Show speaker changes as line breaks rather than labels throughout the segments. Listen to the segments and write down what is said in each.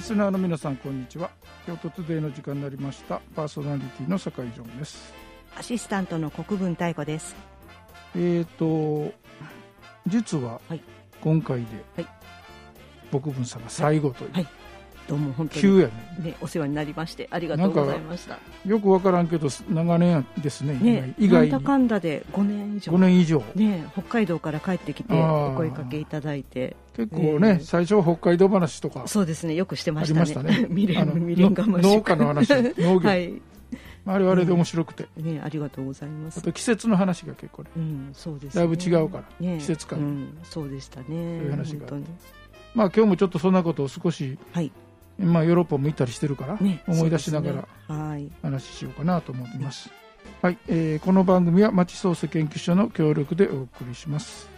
スナーの皆さんこんにちは京都トゥデイの時間になりましたパーソナリティの酒井ジョンです
アシスタントの国分太子です。
えーと実は
はい
今回で、
はい
僕分さんが最後という、
はいどうも本当に、
急やね
ね、お世話になりましてありがとうございました。
よくわからんけど長年ですね
ね、
以外
なん
に
だかんだで5年以上。
5年以上
ね、北海道から帰ってきて
あー
お声かけいただいて
結構ね、
ええ
最初は北海道話とか
そうですねよくしてましたね
ありましたね
ミレ
あ
ン
の
ミレンガ
の
マ
農家の話農業、
はい
あれはあれで面白くて、
ねありがとうございま
あ
す
と季節の話が結構ね
うんそうです
だいぶ違うから、
ね
季節感
うんそうでしたねそう
いう話があって
本
まあ今日もちょっとそんなことを少し、
はい
まあ、ヨーロッパも行ったりしてるから、
当にね
思い出しなが
そう
ら
ですねはい
話しようかなと思っています、はいえーこの番組は町創生研究所の協力でお送りします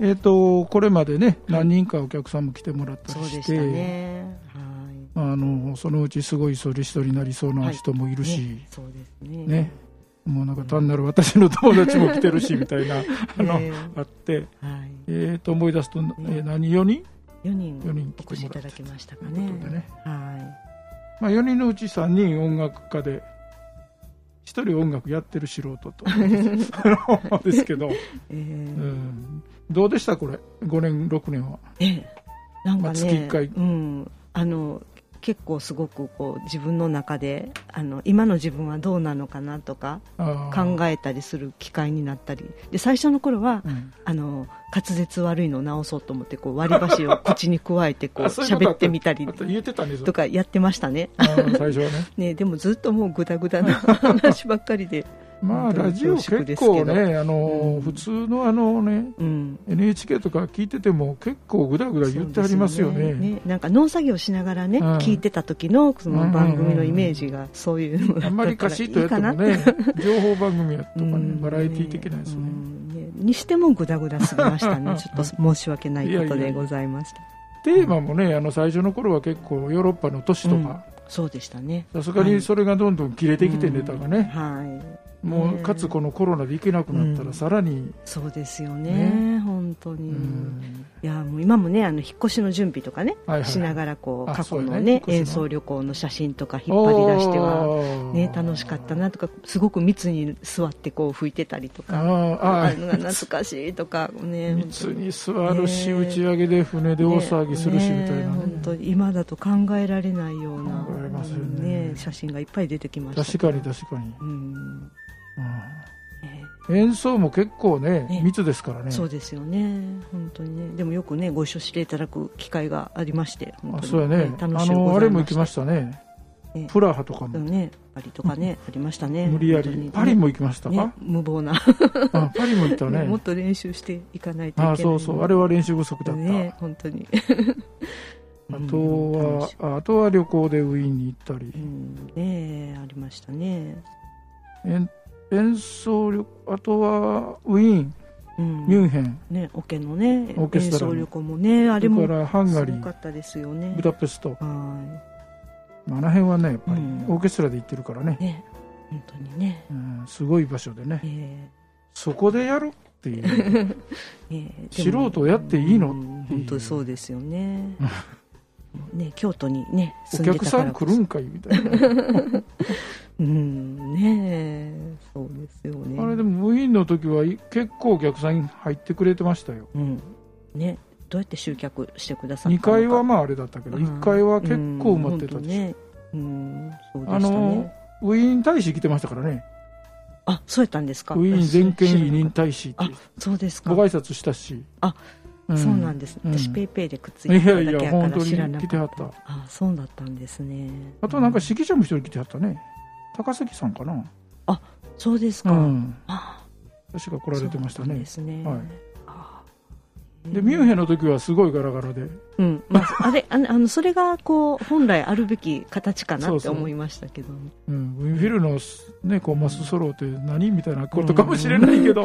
えー、とこれまでね何人かお客さんも来てもらった
そう
りし、
でしてたねはい
まあ、あのそのうちすごいソリストになりそうな人もいるし、
ねそうですね
ねもうなんか単なる私の友達も来てるしみた いなあの、
ね
あって、
はい
えー、と思い出すと、えー何4人、
4人
四人来てもらっ
お
た
越しいただきましたか
ということでね
ねは
まあ、4人のうち3人音楽家で1人音楽やってる素人 と あのですけど、
いえ
う
ー
ん、どうでしたこれ5年6年は
ええなん
まあ
かね、
月一回
うん、あの結構すごくこう自分の中であの今の自分はどうなのかなとか考
え、
えたりする機会になったりで最初の頃は
うん
あの滑舌悪いのを直そうと思ってこう割り 箸を口に加えてこう
あそういうこと
喋ってみたり
あと言ってたんです
とかやってましたね
あー最初はね
ねでもずっともうグダ グダな話ばっかりで、
まあ
本当に
ラジオ
恐
結
縮ですけど
構ねあの、
うん
普通のあのね
うん、
NHK とか聞いてても結構ぐだぐだ言ってありますよ
そうで
ね
なんか農作業しながらね、
うん
聞いてた時のその番組のイメージがそういうのだった
あ
ら
んまりカシッとやっても
いい
ね情報番組やと
か
か
な
ねバラエティ
ー
ー的なやつね
にしてもグダグダすぎましたねちょっと申し訳ないことでございました
テーマもねあの最初の頃は結構ヨーロッパの都市とか
そうでしたね
さすがにそれがどんどん切れてきてネタがね、
はい
もう
ね
かつこのコロナで行けなくなった
う
ら
ん
さらに、
そうですよ
ね
ね本当
う
に、
ん
いやもう今もねあの引っ越しの準備とかね、
はいはい
しながらこう
あ
過去
そうや
の
ね引っ
ね
越しの
演奏旅行の写真とか引っ張り出しては
は
ね、楽しかったなとかすごく密に座ってこう拭いてたりと
あ
か
ー
あ
あ
るのが懐かしいとかね
ー
本
密
当
に座るし、
ね
打ち上げで船で大騒ぎするしみ
ね
たいな、ね
本当に今だと考えられないような
考えますよね
写真がいっぱい出てきました
確かに確かに、
うん
うん
ね
演奏も結構ね
ね
密ですからね
そうですよね本当にねでもよくねご一緒していただく機会がありまして本当
あ
に
そうやね、あ
楽しい
のあれも行きま
し
したね
ね
プラハとかも、
ねパリとかねありましたね
無理や
本当に
り
ね
パリも行きましたか、
ね無謀な
あパリも行ったね
もっと練習していかないといけない
あそうそうあれは練習不足だった、
ね本当に
あとは、ああとは旅行でウィーンに行ったり
う、ん、ねえありましたね、
演演奏旅あとはウィーン、
うん、
ミュンヘン
ねオケのね
オーケス
演
トラの
奏力もねあ
そ
れ
れか
も
らハン
す
ガ
ご
リ
か
ー
ったですよね
ブダペスト
は
まああの辺はねやっぱり、
うん
オーケストラで行ってるからね
い、ね本当にね
うん、すごい場所でね
え
そこでやるっていう
えねえでも
素人やっていいの
うん本当にそうです よねね京都にね
お
住んで
客
たか
さ
ら
ん
こ
来
そ
るんかいみたい な
うんねえそうですよね
あれでもウィーンの時はい結構お客さん入ってくれてましたよ
うんねどうやって集客してくださっ
2
たのか
階はまああれだったけど
うん
1階は結構埋まってた
うん本当
でしょ、
ねうんそうでしたね
あのウィーン大使来てましたからね
あ、そうやったんですか。
ウィーン全権委任
知らなかっ
大使って
あた。そうです
ご
か。
挨拶したし
あ、そうな
だ
んです。
うん
私ペイペイでくっつい
い
てた
や
だ
い
けや
や
か
本
ら
当に
知らな
来て
か
はっ
ったた。あ、そうだったんですね。
あとなんか
う
指揮者も一人来てはったね高杉さんかな
そうです
う
か。
ん
あ、
確か来られてました
そうだったん
ね
ですね。
はい
あ
でミュンヘンの時はすごいガラガラで
うん、まあ、あれ、あの、あのそれがこう、本来あるべき形か
そ
な
う
って
そう
思いましたけど。
うんウィンフィルのねコーマスソロって何みたいなことかもしれないけど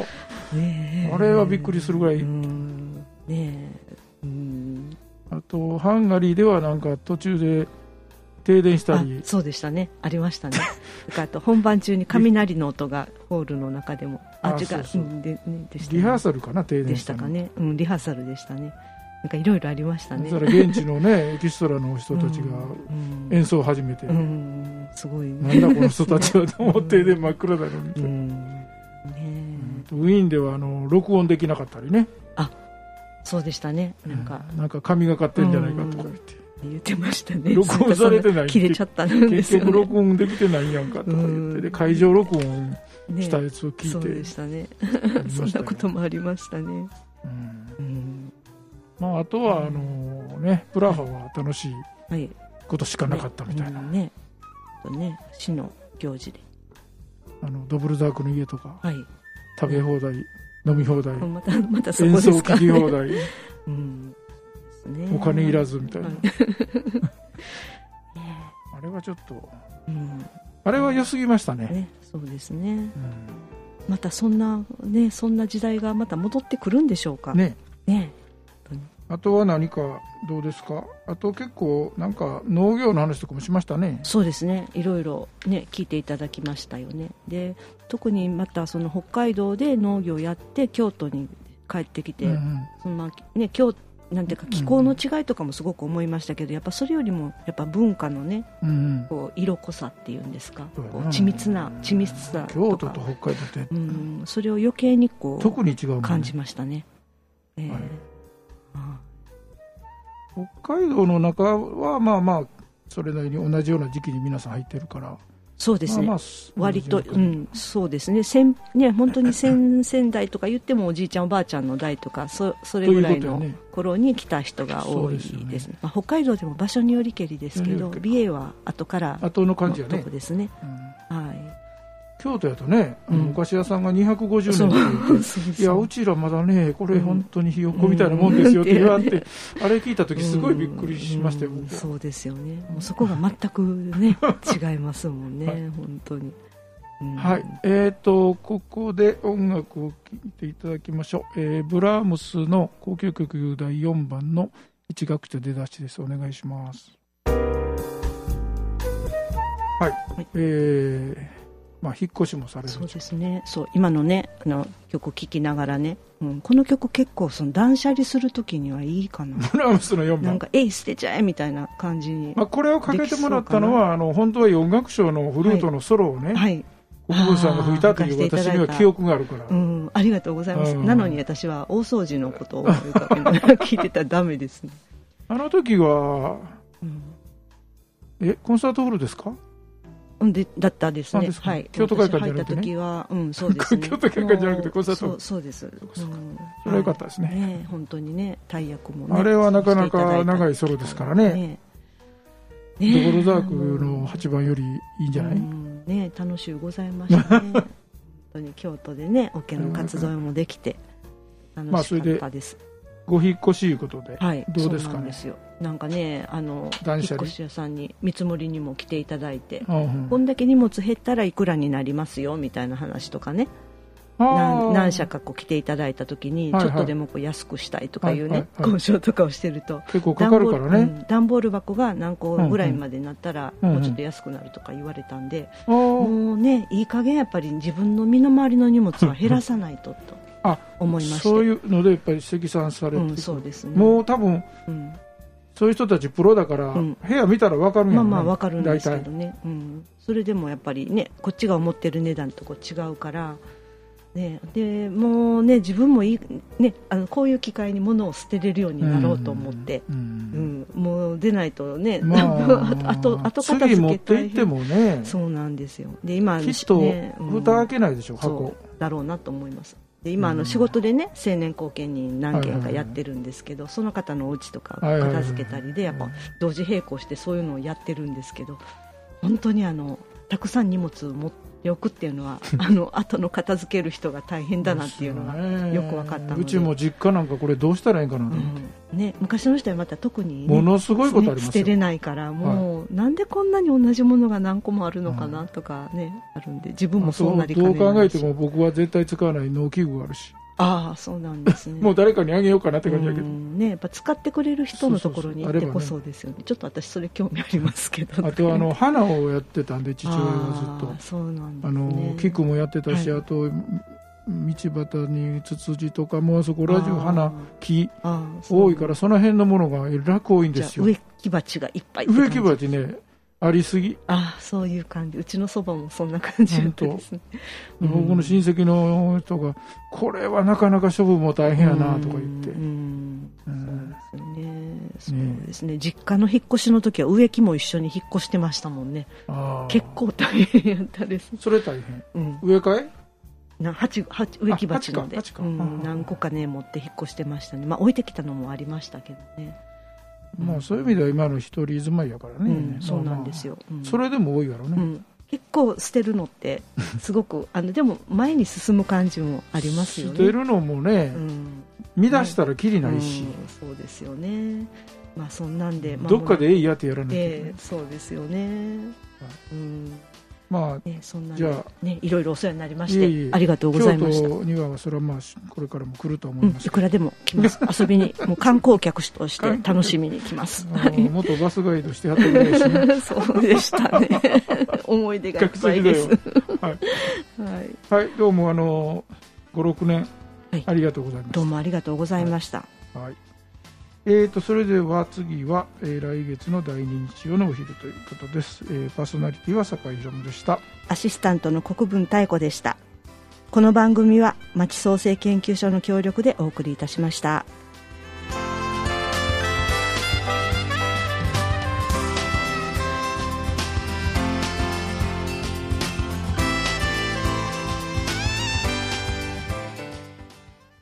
ねえ
あれはびっくりするぐらい
うんねえ。うん。
あとハンガリーではなんか途中で停電したり
あそうでしたねあり ましたねだからあと本番中に雷の音がホールの中でも
あ
あ違
そう
う
そう
うんででしたね
リハーサルかな停
で
電
し
した
た
の
かね、うん、リハーサルでしたねなんかいろいろありましたね
それ現地のねエキストラの人たちが
うん
演奏を始めて、
うんすごい
な
ね
んだこの人たちはと思って停電真っ暗だろうみた
う
いな、
んねえ
ウィーンではあの録音できなかったりね
そうでしたねなんか
うなんか神がかってんじゃないかとか言って、
言ってましたね
録音されてない
切れちゃったんで
結
すよ
局
ね
録音できてないやんかとか言って
う
で
ん
会場録音
ね
したやつを聞
そう
い
で
て
したね
やりました
そ
よ
んなこともありましたね
うん
うん
まああとはあのねプラハは楽しい
はい
ことしかなかったみたいな、
うんねあとね市の行事で
あのドブルザークの家とか
はい
食べ放題飲み放題
またまたそこ
演
で
奏
すか
聞き放題
うんね
お金いらずみたいな、
はい
あれはちょっと
うん
あれは良すぎましたね
ねそうですね
うん
またそんなねそんな時代がまた戻ってくるんでしょうかね
ねあとは何かどうですかあと結構なんか農業の話とかもしましたね
そうですねいろいろね聞いていただきましたよねで特にまたその北海道で農業やって京都に帰ってきて、
うんうん
そのまあね京なんていうか気候の違いとかもすごく思いましたけど、やっぱそれよりもやっぱ文化のね
うんうん
こう色濃さっていうんですか、
そうやな
こう緻密な緻密さとか
京都と北海道って
うん、それを余計にこう
特に違うもんね
感じましたね、ええ
はい
あ
北海道の中はまあまあそれなりに同じような時期に皆さん入ってるから
そうですね、
まあまあ
割と、
同
う
じよ
ん、そうですね先ね本当に先々代とか言ってもおじいちゃんおばあちゃんの代とかそそれぐらい
ということ
の
よね
頃に来た人が多いです
そう
ね
ですよね
まあ、北海道でも場所によりけりですけ
よ
ど
りけり
美瑛は後から
うな後の
の
感じや
と
ね
こ、ですね
うん
はい
京都やとね、あの
うん
お菓子屋さんが250年
そう
っていう
そう
いや
そう
うちらまだねこれ本当にひよっこみたいなもんですよって言われて、あれ聞いた時すごいびっくりしましたよ、
うん
僕
そうですよねもうそこが全く ね違いますもんね、
はい
本当に、うん
はいえー、とここで音楽を聴いていただきましょう、えーブラームスの「交響曲第4番」の一楽章出だしですお願いしますはい、
はい
えーまあ引っ越しもされる
そうですねそう今のねあの曲聴きながらね、うん、この曲結構その断捨離する時にはいいかな
ブラームスの4
な
番
んか「えい捨てちゃえ」みたいな感じに、
まあ、これをかけてもらったのはあの本当は音楽賞のフルートのソロをね、
はい、
国分さんが吹いたという
あー
私には記憶があるから、
うん、ありがとうございます、
うん
なのに私は大掃除のことを思い浮かべながら聞いてたらダメですね、
あの時は
うん
えコンサートホールですか
うん、でだったです
あ
ね
ですか
はい
京都会館じゃなくてね
私入った時は、うん、そうですね
京都会館じゃなくてコンサート
もうそうそうです、
うかそうか
ん
それはよかったですね
はいね本当にね大役もね
あれはなかなか長
い
いソロですからね
ね
ドボルザークの8番よりいいんじゃない、
うんね楽しゅうございました ね本当に京都でねオケの活動もできて
まあ
楽
そ
し
れ
か
で
ったです、
ご引っ越しいうことで、
はい
どうですかね
そうなんですよなんかねあの
断
引っ
捨離
越し屋さんに見積もりにも来ていただいて、
うんうん
こんだけ荷物減ったらいくらになりますよみたいな話とかね
あ
何
ー
何社かこう来ていただいた時に、
はいはい
ちょっとでもこう安くしたいとかいう
は
ね、
いはいはい
交渉とかをしてると
結構かかるから
段ボールう
ね、
ん段ボール箱が何個ぐらいまでになったら、
うんうん
もうちょっと安くなるとか言われたんで、
あー
もうねいい加減やっぱり自分の身の回りの荷物は減らさないとと
あ
思いまして
そういうのでやっぱり積算されて、
うん、そうですね
もう多分
うん
そういう人たちプロだから、
うん
部屋見たら分かるんや
まあ
ろね
まあわかるんですけ
大
どね、うん、それでもやっぱりねこっちが思ってる値段とこう違うから、ね、でもうね自分もいい、ね、あのこういう機会に物を捨てれるように
体
なろうと思って、
うん
うんもう出ないとね、
まあ
あと後片
次
付
持
け
って
大
行って
変
もね
そうなんですよで今
きっと
ねうん
蓋開けないでしょ、
そ
箱
うだろうなと思いますで今あ
うん
の仕事でね青年後見人何件
は
か
いはいは
や
い
ってるんですけど、その方のお家とか
はいはいはい
片付けたりでやっぱ同時並行してそういうのをやってるんですけど本当にあのたくさん荷物を持っておくっていう のはあの後の片付ける人が大変だなっていうのが、
が
よく分かったので
うちも実家なんかこれどうしたらいいんかなと思って、
うんね、昔の人はまた特にね、
ものすごいことあり
ね
ま
捨
す
て
よ、
れないからもう、なんでこんなに同じものが何個もあるのかなとかね、あるんで自分もそうなりか
ど
ね
う
ない
考えて
し
も僕は絶対使わない農機具があるし
ああそうなんですね
もう誰かにあげようかなって感じだけど、
うんねやっぱ使ってくれる人のところに行ってこ
そ
そですよねちょっと私それ興味ありますけど、
あとあの花をやってたんで父親はずっ
あ
と
あそうなんで
あ
すね
の菊もやってたし、
は
あと道端にツツジとかもうあそこラジオ
あ
花木
あああそう
多いからその辺のものがえらく多いんで
じゃあ
すよ
植木鉢がいっぱいって感
植
じ
木鉢ねありすぎ、
ああそういう感じうちのそばもそんな感じだったですねうん
僕の親戚の人がこれはなかなか処分も大変やなとか言って、
うん
う
そうんですよねそうですね実家の引っ越しの時は植木も一緒に引っ越してましたもんね
あー
結構大変やったです、
それ大変
うん、
植え替え
な鉢鉢植木鉢ので
鉢か
う
鉢か
ん、何個かね持って引っ越してましたねまあ置いてきたのもありましたけどね
まあそういう意味では今の一人住まいやから
う
ね、
ん、そうなんです
よ、
よ、うん
それでも多いやろ
う
ね、
ん、結構捨てる のってすごくあのでも前に進む感じもありますよね
捨てるのもね
う、ん、
見出したらきりないし、
うんそうですよねまあそんなんで、まあ
どっかでえいやってやらないと、
ええそうですよね
はい、
うん
まあ
ね、そんな
じ
ね
ゃあ
ねいろいろお世話になりまして
いえいえ
ありがとうご
京
ざいました
都にはそれはまあこれからも来ると思
う
い
ん、
ます
い
けど、
くらでも来 ます遊びにもう観光客として楽しみに来ます
あの元バスガイドしてやってくれるしね
そうでしたね 思 い出がいっ
学
ぱ
生時代
いです、
は、はい
はい、
はい、どうもあの56年、
はい
ありがとうございま
どうもありがとうございました、
す、はいえー、とそれでは次は、えー来月の第2日曜のお昼ということです、えーパーソナリティは酒井宏美でした
アシスタントの国分太子でしたこの番組は町創生研究所の協力でお送りいたしました